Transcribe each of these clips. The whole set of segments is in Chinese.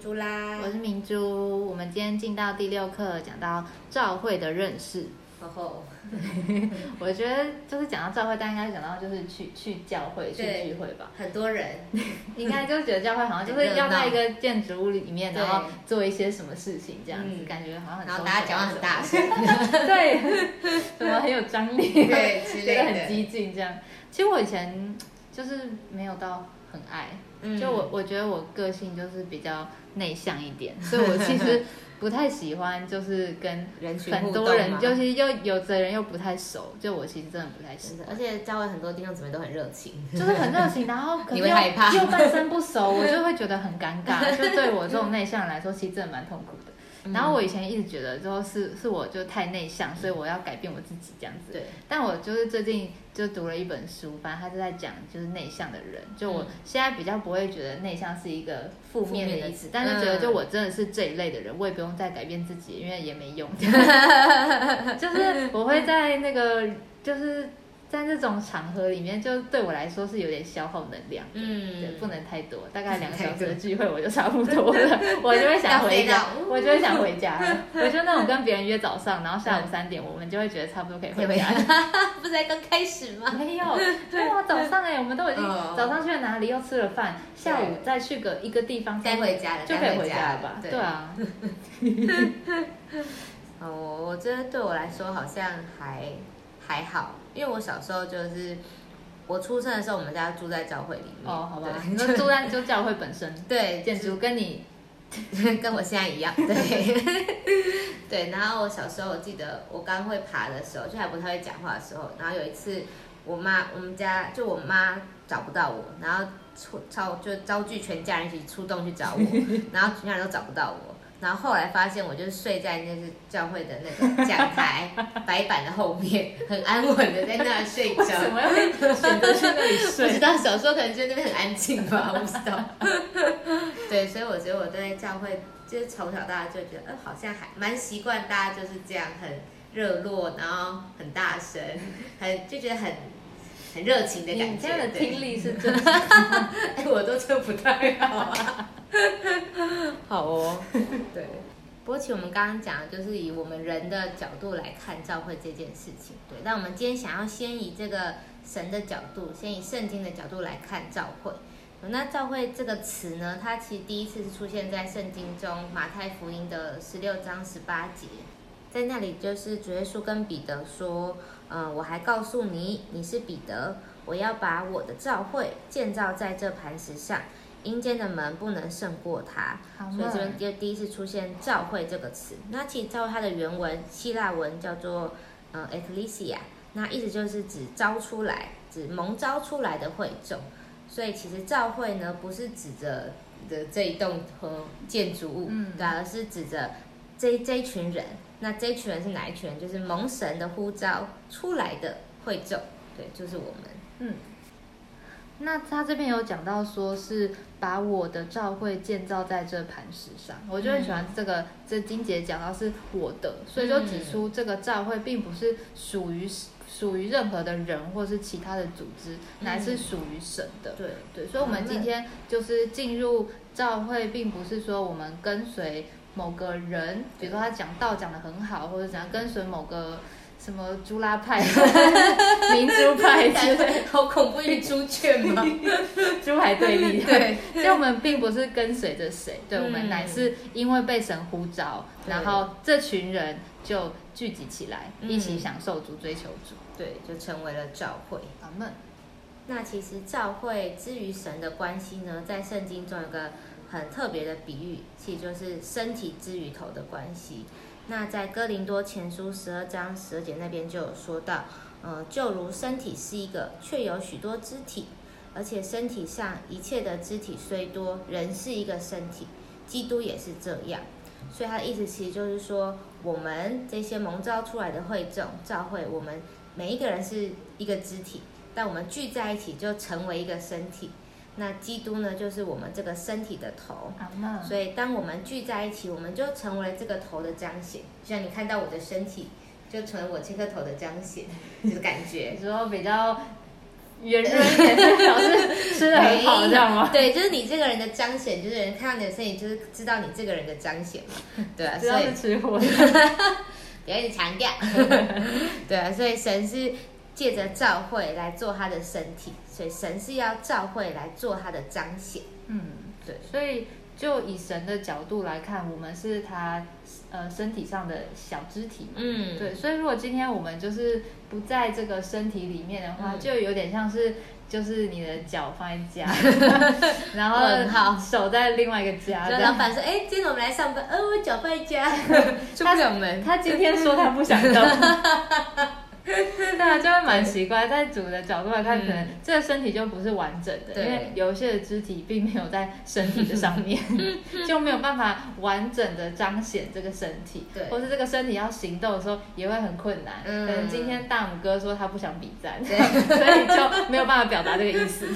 朱啦，我是明珠。我们今天进到第六课，讲到照会的认识。然后我觉得就是讲到教会，大家应该讲到就是去去教会去对聚会 吧。很多 人，应该就觉得教会好像就是要在一个建筑物里面，对然后做一些什么事情这样子，嗯感觉好像很啊然后大家讲话很大声， 大，对，什么很有张力，对之觉得类很的。激进这样。其实我以前就是没有到很爱，嗯就我我觉得我个性就是比较内向一点，所以我其实不太喜欢就是跟人群很互动多人，嘛尤其又有的人又不太熟，就我其实真的不 太熟真。的而且教会很多弟兄姊妹都很热 情，就是很热情，然后可你是会又害怕又半生 不熟，我就会觉得很尴尬。就对我这种内向人来说，其实真的蛮痛苦嗯的。然后我以前一直觉得，就是是我就太内向，所以我要改变我自己这样子。嗯对，但我就是最近就读了一本书，反正他就在讲就是内向的人，就我现在比较不会觉得内向是一个负面负面的的意思，但是觉得就我真的是这一类的人，我也不用再改变自己，因为也没用。嗯 就是我会在那个就是在这种场合里面，就对我来说是有点消耗能量。对，嗯，不能太多，大概两个小时的聚会我就差不多 了，我就会想回要飞家到，我就会想回家 了。我就那种跟别人约早上，然后下午三点，我们就会觉得差不嗯多可以回家。 不是才刚开始吗？ 没有，对啊，早上哎、我们都已经嗯早上去了哪里，又吃了饭，下午再去个一个地方，该回家了就可该以回回家家了了吧？对 对啊，哦，我觉得对我来说好像还还好，因为我小时候就是我出生的时候，我们家住在教会里面。哦，好吧，对你说住在就教会 本身对，建筑跟你 跟我现在一样，对， 对。然后我小时候，我记得我刚会爬的时候，就还不太会讲话的时候，然后有一次，我妈我们家就我妈找不到我，然后出召就召集全家人一起出动去找 我，然后全家人都找不到我。然后后来发现，我就是睡在就是教会的那个讲台白板的后面，很安稳的在那儿睡 为着。什么要选择去那里不知睡？道小时候可能觉得那边很安静 吧，我不知道。对，所以我觉得我对教会就是从小到大就觉得，呃，好像还蛮习惯大家就是这样很热络，然后很大声，很就觉得很很热情的你感觉。这样的对听力是 真的。哎，我都做不太好、啊。 好哦， 对。不过，其实我们刚刚讲的就是以我们人的角度来看教会这件事情，对。但我们今天想要先以这个神的角度，先以圣经的角度来看教会。嗯那教会这个词呢，它其实第一次是出现在圣经中马太福音的十六章十八节，在那里就是主耶稣跟彼得说，呃，我还告诉你，你是彼得，我要把我的教会建造在这磐石上，阴间的门不能胜过它。好所以嘛这边就第一次出现“教会”这个词。那其实“教会”它的原文希腊文叫做呃 “ecclesia”，那意思就是指招出来，指蒙招出来的会众。所以其实教会呢，不是指着的这一栋和建筑物，嗯对啊、而是指着这这一群人。那这一群人是哪一群人？就是蒙神的呼召出来的会众，对，就是我们。嗯，那他这边有讲到说是把我的教会建造在这磐石上，我就很喜欢这个、这金姐讲到是我的，所以就指出这个教会并不是属于属于任何的人或是其他的组织，乃是属于神的。 对，对，所以我们今天就是进入教会，并不是说我们跟随某个人，比如说他讲道讲的很好，或者怎样跟随某个什么朱拉派、民族派之类，好恐怖，一猪圈嘛。珠海对立。对， 所以我们并不是跟随着谁，对、嗯我们乃是因为被神呼召，对然后这群人就聚集起来，嗯一起享受主、追求主。 对，就成为了教会。阿门。那其实教会之于神的关系呢，在圣经中有个很特别的比喻，其实就是身体之于头的关系。那在哥林多前书十二章十二节那边就有说到，呃，就如身体是一个，却有许多肢体，而且身体上一切的肢体虽多，人是一个身体，基督也是这样。所以他的意思其实就是说，我们这些蒙召出来的会众教会，我们每一个人是一个肢体，但我们聚在一起就成为一个身体。那基督呢，就是我们这个身体的头。阿门所以当我们聚在一起，我们就成为了这个头的彰显。就像你看到我 的身体，就成为我这颗头的彰显，就是感觉你。说比较圆润一点，就表示吃的很好，没有这样吗？对，就是你这个人的彰显，就是人看到你的身影，就是知道你这个人的彰显嘛。对啊，只所要以是吃货， 不要一直强 调。对啊，所以神是借着教会来做他的身体，所以神是要教会来做他的彰显。嗯，对，所以就以神的角度来看，我们是他呃身体上的小肢体嘛。嗯对，，所以如果今天我们就是不在这个身体里面的话，嗯就有点像是就是你的脚放在家， 然问后号手在另外一个家，就这老样。板说，哎，今天我们来上班，呃，我脚在 家，出不了门。他今天说他不想动， 对啊，就会蛮奇怪。在主的角度来看，嗯可能这个身体就不是完整的，对因为有一些的肢体并没有在身体的 上面，就没有办法完整的彰显这个身体，对或是这个身体要行动的时候也会很困难。嗯可能今天大拇哥说他不想比战， 所对以就没有办法表达这个意思，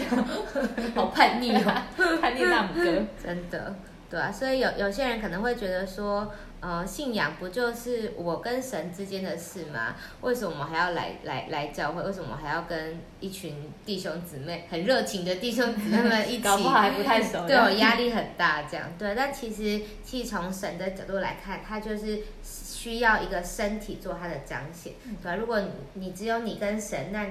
好叛逆哦， 叛逆大拇哥。真的，对啊，所以有有些人可能会觉得说，呃，信仰不就是我跟神之间的事吗？为什么我们还要来来来教会？为什么我还要跟一群弟兄姊妹很热情的弟兄姊妹们一起？ 搞不好还不太熟对我压力很大，这样对。但其实，其实从神的角度来看，他就是需要一个身体做他的彰显，对啊吧、如果你你只有你跟神，那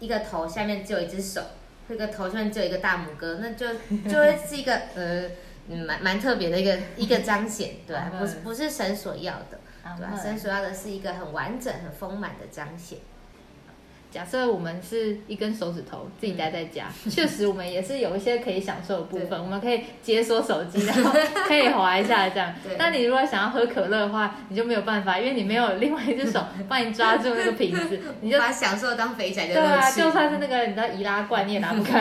一个头下面只有一只手，一个头下面只有一个大拇哥，那就 就会是一个呃，嗯蛮蛮特别的一个一个彰显，对吧、嗯不是不是神所要的，对吧、阿门神所要的是一个很完整、很丰满的彰显。假设我们是一根手指头自己待在 家，确实我们也是有一些可以享受的嗯部对分，我们可以解锁手机，然后可以滑一下这样 对。但你如果想要喝可乐的话，你就没有办法，因为你没有另外一只手帮你抓住那个瓶子，你就把享受当肥宅的对啊，乐趣。就算是那个你知道易拉罐你也拿 不开，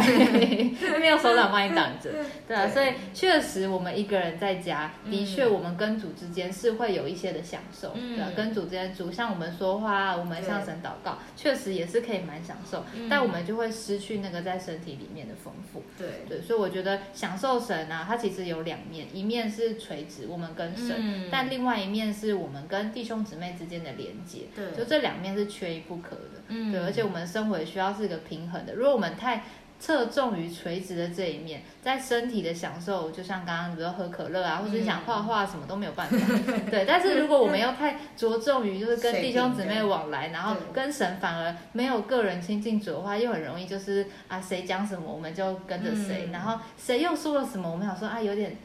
没有手掌帮你挡着。对啊，对所以确实我们一个人在家，的嗯确我们跟主之间是会有一些的享受，嗯对啊，跟主之间主向我们说话啊，我们向神祷告，确实也是可以蛮享受，嗯但我们就会失去那个在身体里面的丰富。对。对，所以我觉得享受神啊，它其实有两面，一面是垂直我们跟神，嗯但另外一面是我们跟弟兄姊妹之间的连接。对就这两面是缺一不可的。嗯对，而且我们生活也需要是一个平衡的。如果我们太侧重于垂直的这一面，在身体的享受，就像刚刚比如说喝可乐啊，或者是想画画什么都没有办法。 对，但是如果我们又太着重于就是跟嗯水弟平兄姊的妹往来，然后对跟神反而没有个人亲近主的话，又很容易就是啊谁讲什么我们就跟着谁，嗯然后谁又说了什么，我们想说啊有点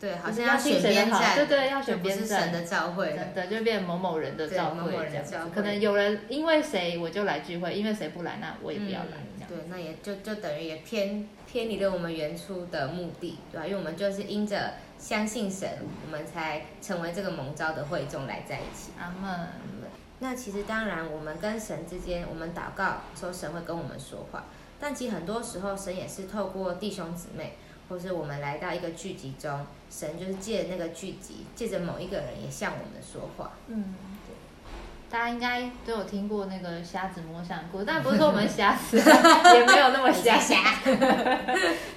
对，好就是像要要听选谁的边好站，对对要选就边不是站神的教会了真的就变某某人的对照某会某人这的样子教会，可能有人因为谁我就来聚会，因为谁不来那我也不要来嗯这样。对，那也就就等于也偏偏离了我们原初的目的，对吧、因为我们就是因着相信神，我们才成为这个蒙召的会众来在一起。阿门，那其实当然，我们跟神之间，我们祷告说神会跟我们说话，但其实很多时候神也是透过弟兄姊妹，或是我们来到一个聚集中，神就是借那个聚集，借着某一个人也向我们说 话。嗯。大家应该都有听过那个瞎子摸象的 故事，但不是说我们瞎 子，也没有那么瞎。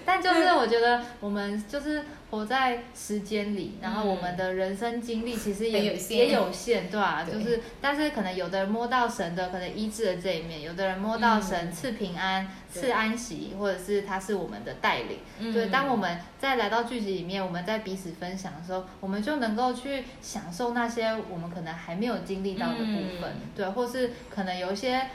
但就是嗯我觉得我们就是活在时间里，然后我们的人生经历其实也很嗯有限也有限，对吧、对就是但是可能有的人摸到神的可能医治的这一面，有的人摸到神嗯赐平安、对赐安息，或者是他是我们的带领。嗯对，当我们再来到聚集里面，我们在彼此分享的时候，我们就能够去享受那些我们可能还没有经历到的部分，嗯对，或是可能有一些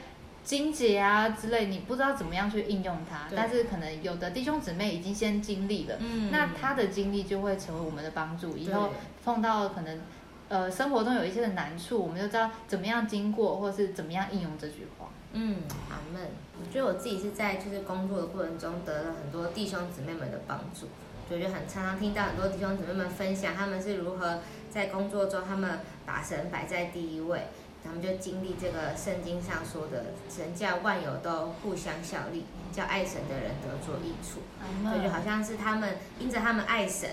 精解啊之类，你不知道怎么样去应用它，对但是可能有的弟兄姊妹已经先经历了，嗯那他的经历就会成为我们的帮助，以对后碰到可能。呃，生活中有一些的难处，我们就知道怎么样经过，或是怎么样应用这句话。嗯，阿门。我觉得我自己是在就是工作的过程中得了很多弟兄姊妹们的帮助，就就很常常听到很多弟兄姊妹们分享他们是如何在工作中他们把神摆在第一位，他们就经历这个圣经上说的神叫万有都互相效力，叫爱神的人得做益处。嗯对，就好像是他们因着他们爱神，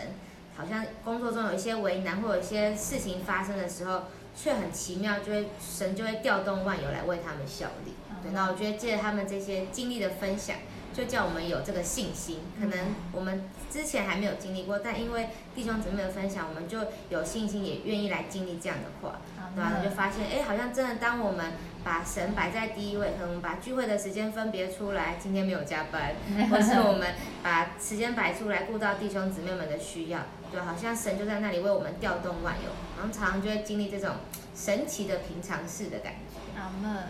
好像工作中有一些为难或有一些事情发生的时候，却很奇妙，就会神就会调动万有来为他们效力。对，那我觉得借着他们这些经历的分享，就叫我们有这个信心。可能我们之前还没有经历过，但因为弟兄姊妹的分享，我们就有信心，也愿意来经历这样的话。对嗯啊，你就发现，哎，好像真的，当我们把神摆在第一位，可能我们把聚会的时间分别出来，今天没有加班，或是我们把时间摆出来，顾到弟兄姊妹们的需要，对，好像神就在那里为我们调动万有，然后常常就会经历这种神奇的平常事的感觉。阿门。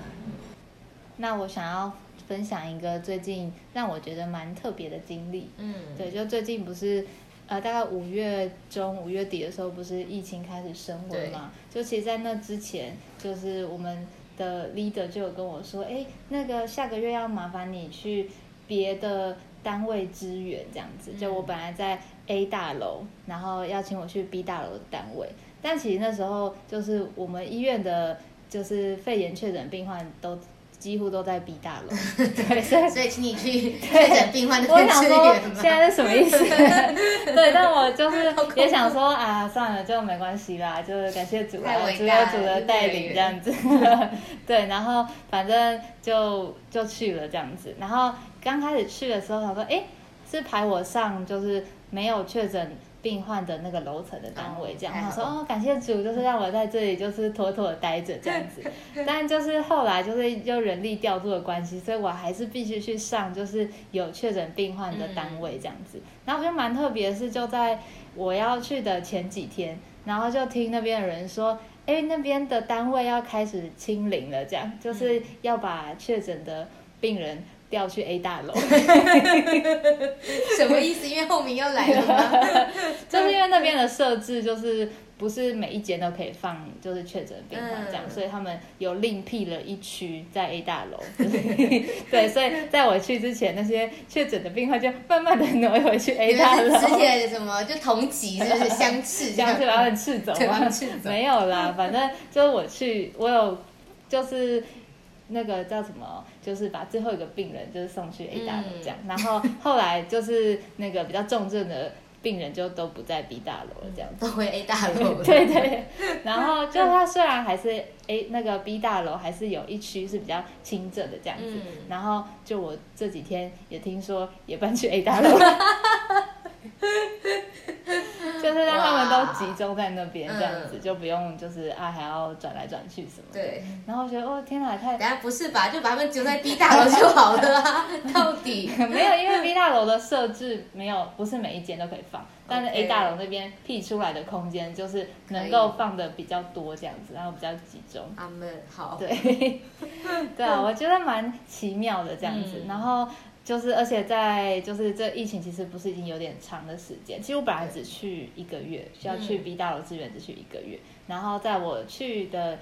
那我想要分享一个最近让我觉得蛮特别的经历。嗯，对，就最近不是，呃，大概五月中、五月底的时候，不是疫情开始升温嘛？就其实，在那之前，就是我们的 leader 就有跟我说，哎，那个下个月要麻烦你去别的单位支援，这样子。就我本来在 A 大楼，然后邀请我去 B 大楼的单位，但其实那时候就是我们医院的，就是肺炎确诊病患都。几乎都在 B 大楼，对，所以所以请你去确诊病患的 我想支说援现嘛。在是什 么意思？对，但我就是也想说啊，算了，就没关系啦，就是感谢主啊太，伟主有大主了的对带领这样子。对，然后反正就就去了这样子。然后刚开始去的时候想说，哎，是排我上就是没有确诊。病患的那个楼层的单位，这哦样太我好说哦，感谢主，就是让我在这里就是妥妥的待着这样子。但就是后来就是因为人力调度的关系，所以我还是必须去上就是有确诊病患的单位这样子。然后我就蛮特别的是，就在我要去的前几天，然后就听那边的人说。哎，那边的单位要开始清零了，这样就是要把确诊的病人调去 A 大楼，什么意思？因为后面又来了 吗？ 就是因为那嗯边的设置就是不是每一间都可以放就是确诊病患这样，嗯所以他们有另辟了一区在 A 大 楼。对，所以在我去之前，那些确诊的病患就慢慢的挪回去 A 你大们楼是，之前什么就同级是不是相斥这这样样就？把他们斥走 对把他吗们斥？走没有啦，反正就是我去，我有就是。那个叫什么？就是把最后一个病人就是送去 A 大嗯楼这样，然后后来就是那个比较重症的病人就都不在 B 大楼了这样子。都回 A 大楼了。 对 对，然后就它虽然还是 A 那个 B 大楼还是有一区是比较轻症的这样子，嗯然后就我这几天也听说也搬去 A 大 楼了，就是让他们都集中在那边这样子，嗯就不用就是啊还要转来转去什么的。对，然后我觉得哦天哪，太 等下不是吧？就把他们丢在 B 大楼就好了 啊！到底没有，因为 B 大楼的设置没有，不是每一间都可以放，但是 A OK 大楼那边辟出来的空间就是能够放的比较多这样子，然后比较集中。他们好，对，对啊，我觉得蛮奇妙的这样子。嗯然后就是，而且在就是这疫情其实不是已经有点长的时间，其实我本来只去一个月，需要去嗯 B 大楼支援只去一个月，然后在我去的。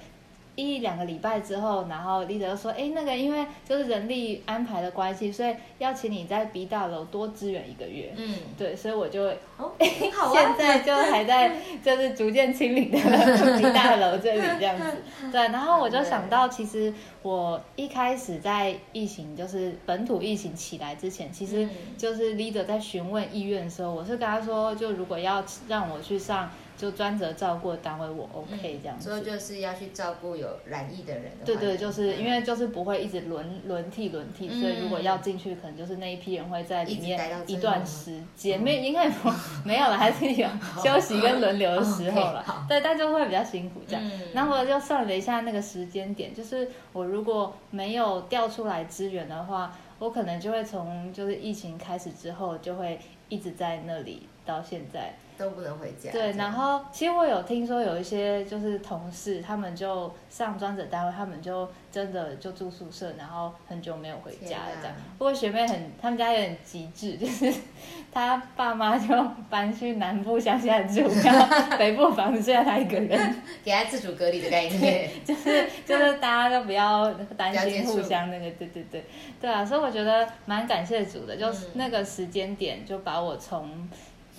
一两个礼拜之后，然后 leader 就说：“哎，那个因为就是人力安排的关系，所以要请你在 B 大楼多支援一个月。嗯，”对，所以我就 哦，很好现啊，在就还在就是逐渐清零的 一大楼这里这 样嗯子，对。然后我就想到，其实我一开始在疫情就是本土疫情起来之前，其实嗯就是 leader 在询问意愿的时候，我是跟他说，就如果要让我去上就专责照顾的单位，我 OK 这样嗯所以子。就是要去照顾有染疫的人的话。对对，就是因为就是不会一直轮轮替轮替，所以如果要进去，可能就是那一批人会在里面嗯一直待到最一后段吗哦时间，没应该不没有了，还是 有休息跟轮流的时候哦 OK，了好。 对，但就会比较辛苦这样。嗯然后我就算了一下那个时间点，就是我如果没有调出来支援的话，我可能就会从就是疫情开始之后就会一直在那里到现在。都不能回家。对，然后其实我有听说有一些就是同事，他们就上专职单位，他们就真的就住宿舍，然后很久没有回家了这天样啊。不过学妹很，他们家也很极致，就是 她爸妈就搬去南部乡下住，然后北部房子只有她一个人，给他自主隔离的概念。 就是就是大家都不要担不要心接触互相那个，对对对，对啊，所以我觉得蛮感谢主的，就是嗯那个时间点就把我从。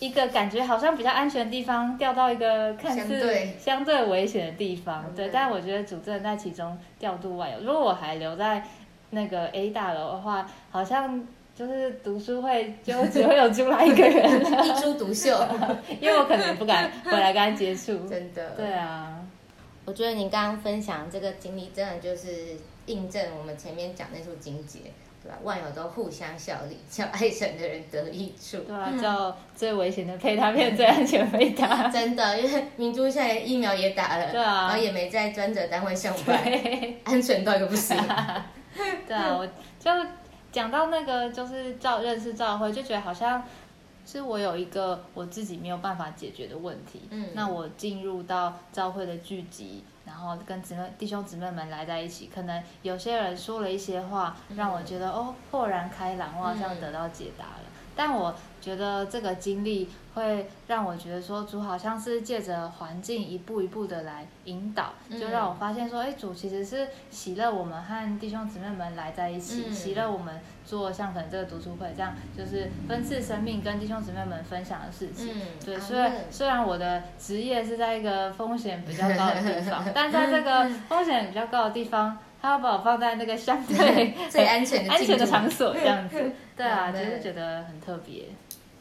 一个感觉好像比较安全的地方调到一个看相似对相对危险的地方，嗯对，但我觉得主政在其中调度万有。如果我还留在那个 A 大楼的话，好像就是读书会就只会有朱拉一个人了，一株独秀，因为我可能不敢回来跟他 接触。真的。对啊，我觉得你刚刚分享这个经历，真的就是印证我们前面讲那处经节。对吧？万有都互相效力，叫爱神的人得益处。对啊，叫最危险的配搭变最安全配 搭。真的，因为明珠现在疫苗也打了，啊对啊然后也没在专责单位上班，对，安全到一个不 行。嗯对啊，我就讲到那个就是照认识赵辉，就觉得好像是我有一个我自己没有办法解决的问题。嗯那我进入到赵辉的剧集，然后跟姊妹弟兄姊妹们来在一起，可能有些人说了一些话，让我觉得、哦豁然开朗，我好像嗯得到解答了。但我觉得这个经历会让我觉得说，主好像是借着环境一步一步的来引导，嗯就让我发现说，哎，主其实是喜乐我们和弟兄姊妹们来在一起，嗯喜乐我们做像可能这个读书会这样，就是分赐生命跟弟兄姊妹们分享的事情。嗯，对，阿虽然门虽然我的职业是在一个风险比较高的地方，但在 这个风险比较高的地方，他要把我放在那个相 对最安全的安全进的度场所这 样子。对啊，好就的是觉得很特别。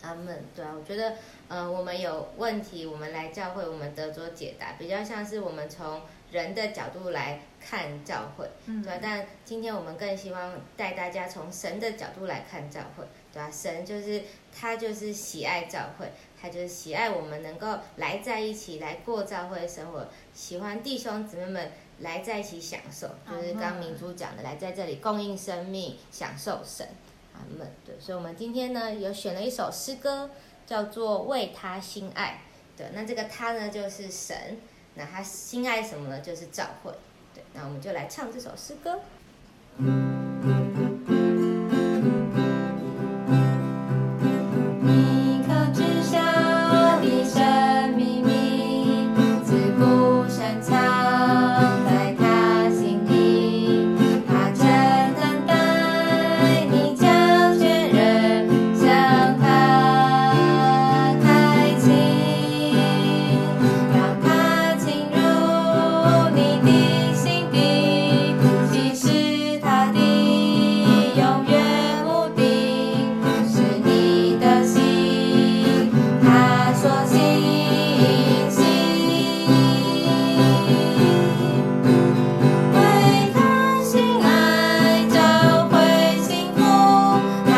他们对啊，我觉得，呃，我们有问题，我们来教会，我们得着解答，比较像是我们从人的角度来看教会，嗯对吧、但今天我们更希望带大家从神的角度来看教会，对吧、神就是他就是喜爱教会，他就是喜爱我们能够来在一起来过教会生活，喜欢弟兄姊妹们来在一起享受，就是刚嗯明珠讲的，来在这里供应生命，享受神。阿门。对，所以我们今天呢，有选了一首诗歌，叫做《为他心爱》。对，那这个他呢，就是神，那他心爱什么呢？就是教会。对，那我们就来唱这首诗歌。一口之下，低声秘密，自古深藏在他心底。他正等待你将确认，向他开启，让他进入你的心底，即使他的永远目的。是你的心，他说心心，为他心爱找回幸福，他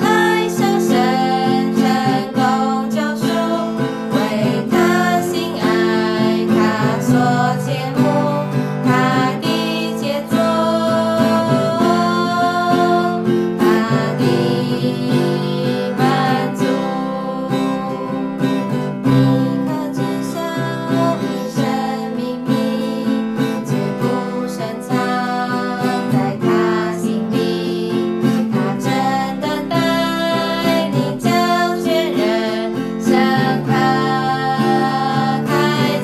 来向神成功救赎，为他心爱他所切慕，他的杰作。他的满足，一颗之上，一生秘密，只不深藏在他心里。他真的待你将确认，向他开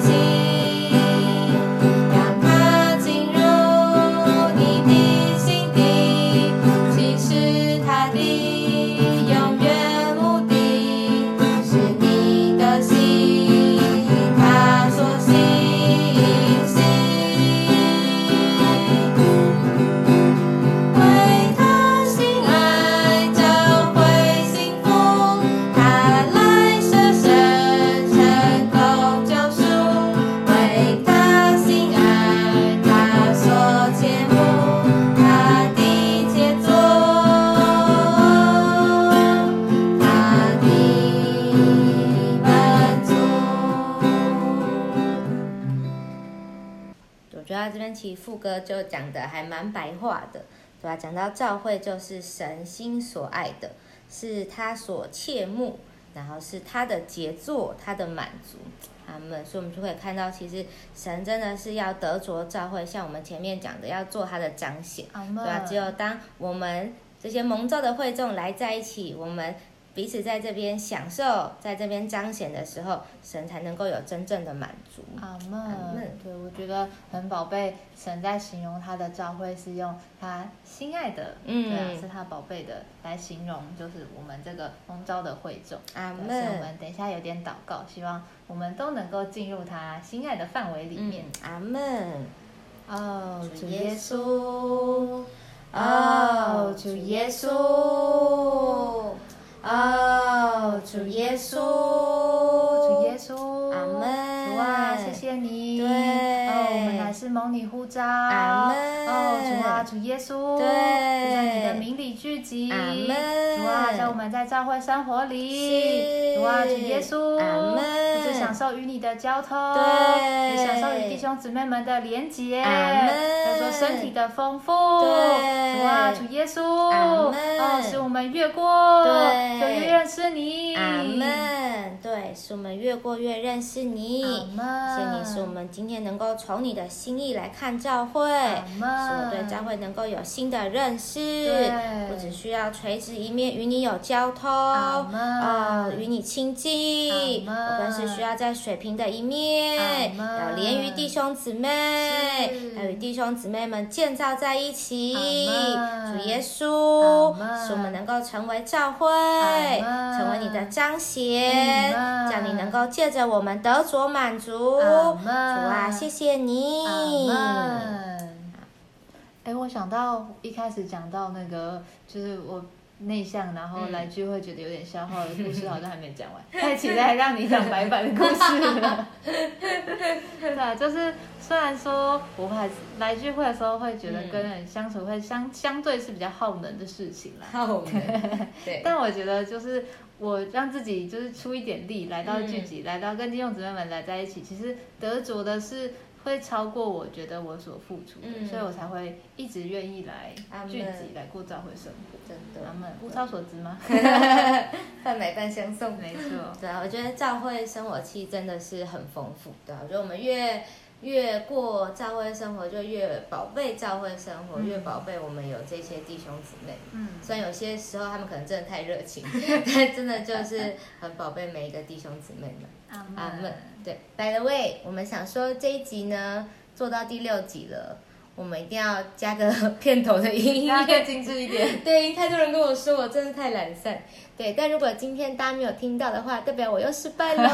启。让它进入你的心底，其实它的永远目的是你的心，它所心心。为他心爱找回幸福，他来舍身成功救赎，为他心爱他所切慕，他的杰作，他的满我足。觉得他这边其实副歌就讲的还蛮白话的，对吧？讲到教会就是神心所爱的，是他所切慕，然后是他的杰作，他的满足。他们，所以我们就会看到，其实神真的是要得着教会，像我们前面讲的，要做他的彰显。阿对吧、只有当我们这些蒙召的会众来在一起，我们彼此在这边享受，在这边彰显的时候，神才能够有真正的满足。阿阿门们。对，我觉得很宝贝。神在形容他的教会是用他心爱的，嗯对啊，是他宝贝的来形容，就是我们这个蒙召的会众。阿对所以我门。们等一下有点祷告，希望我们都能够进入他心爱的范围里面嗯。，啊阿门。哦，主主耶耶稣稣，，哦，主耶稣，哦，主耶稣，主主哦耶稣，阿门主啊，谢谢你。对哦，我们乃是蒙你呼召，阿哦，们主啊，主耶稣，对在你的名里聚集，阿们主啊，让我们在教会生活里，是主啊，主耶稣，阿们一直享受与你的交通，对也享受与弟兄姊妹们的连结，阿们得着身体的丰富，对主啊，主耶稣，阿们哦，使我们越过，对就越认识你，阿门。对，使我们越过越认识你。阿谢谢门你，使我们今天能够从你的心意来看教会，使们我对教会能够有新的认识嗯对。我只需要垂直一面与你有交通，们呃，与你亲近。嗯阿们我更是需要在水平的一面，阿们要连于弟兄姊妹是，要与弟兄姊妹们建造在一起。阿们主耶稣阿们，使我们能够成为教会，们成为你的彰显，阿们叫你能够借着我们得着满足。嗯阿们主啊，谢谢你。阿门。哎，我想到一开始讲到那个，就是我内向，然后来聚会觉得有点消耗的故事，好像还没讲完，太期待让你讲白板的故事 了。对啊，就是虽然说我还是来聚会的时候会觉得跟人相处会相相对是比较耗能的事情啦，好，我们对但我觉得就是我让自己就是出一点力，来到聚集，来到跟弟兄姊妹们来在一起，其实得着的是会超过我觉得我所付出的，嗯所以我才会一直愿意来阿聚们集，来过教会生活。真咱的，们 物 超所值吗？饭来半相送。没错，对啊，我觉得教会生活气真的是很丰富的。我觉得我们越越过教会生活，就越宝贝教会生活，嗯越宝贝我们有这些弟兄姊妹。嗯，虽然有些时候他们可能真的太热情， 但真的就是很宝贝每一个弟兄姊妹们。阿阿门。对，By the way，我们想说这一集呢做到第六集了，我们一定要加个 片头的音大家乐更。精致一 点。对，太多人跟我说我真的太懒散。对，但如果今天大家没有听到的话，代表我又失败了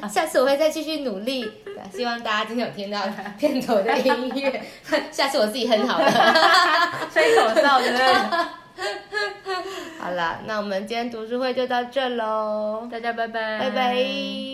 哦。下次我会再继续努力。对啊希望大家今天有听到片头的音乐， 下次我自己哼好了。吹口哨，对不 对？好啦，那我们今天读书会就到这喽，大家拜拜，拜拜。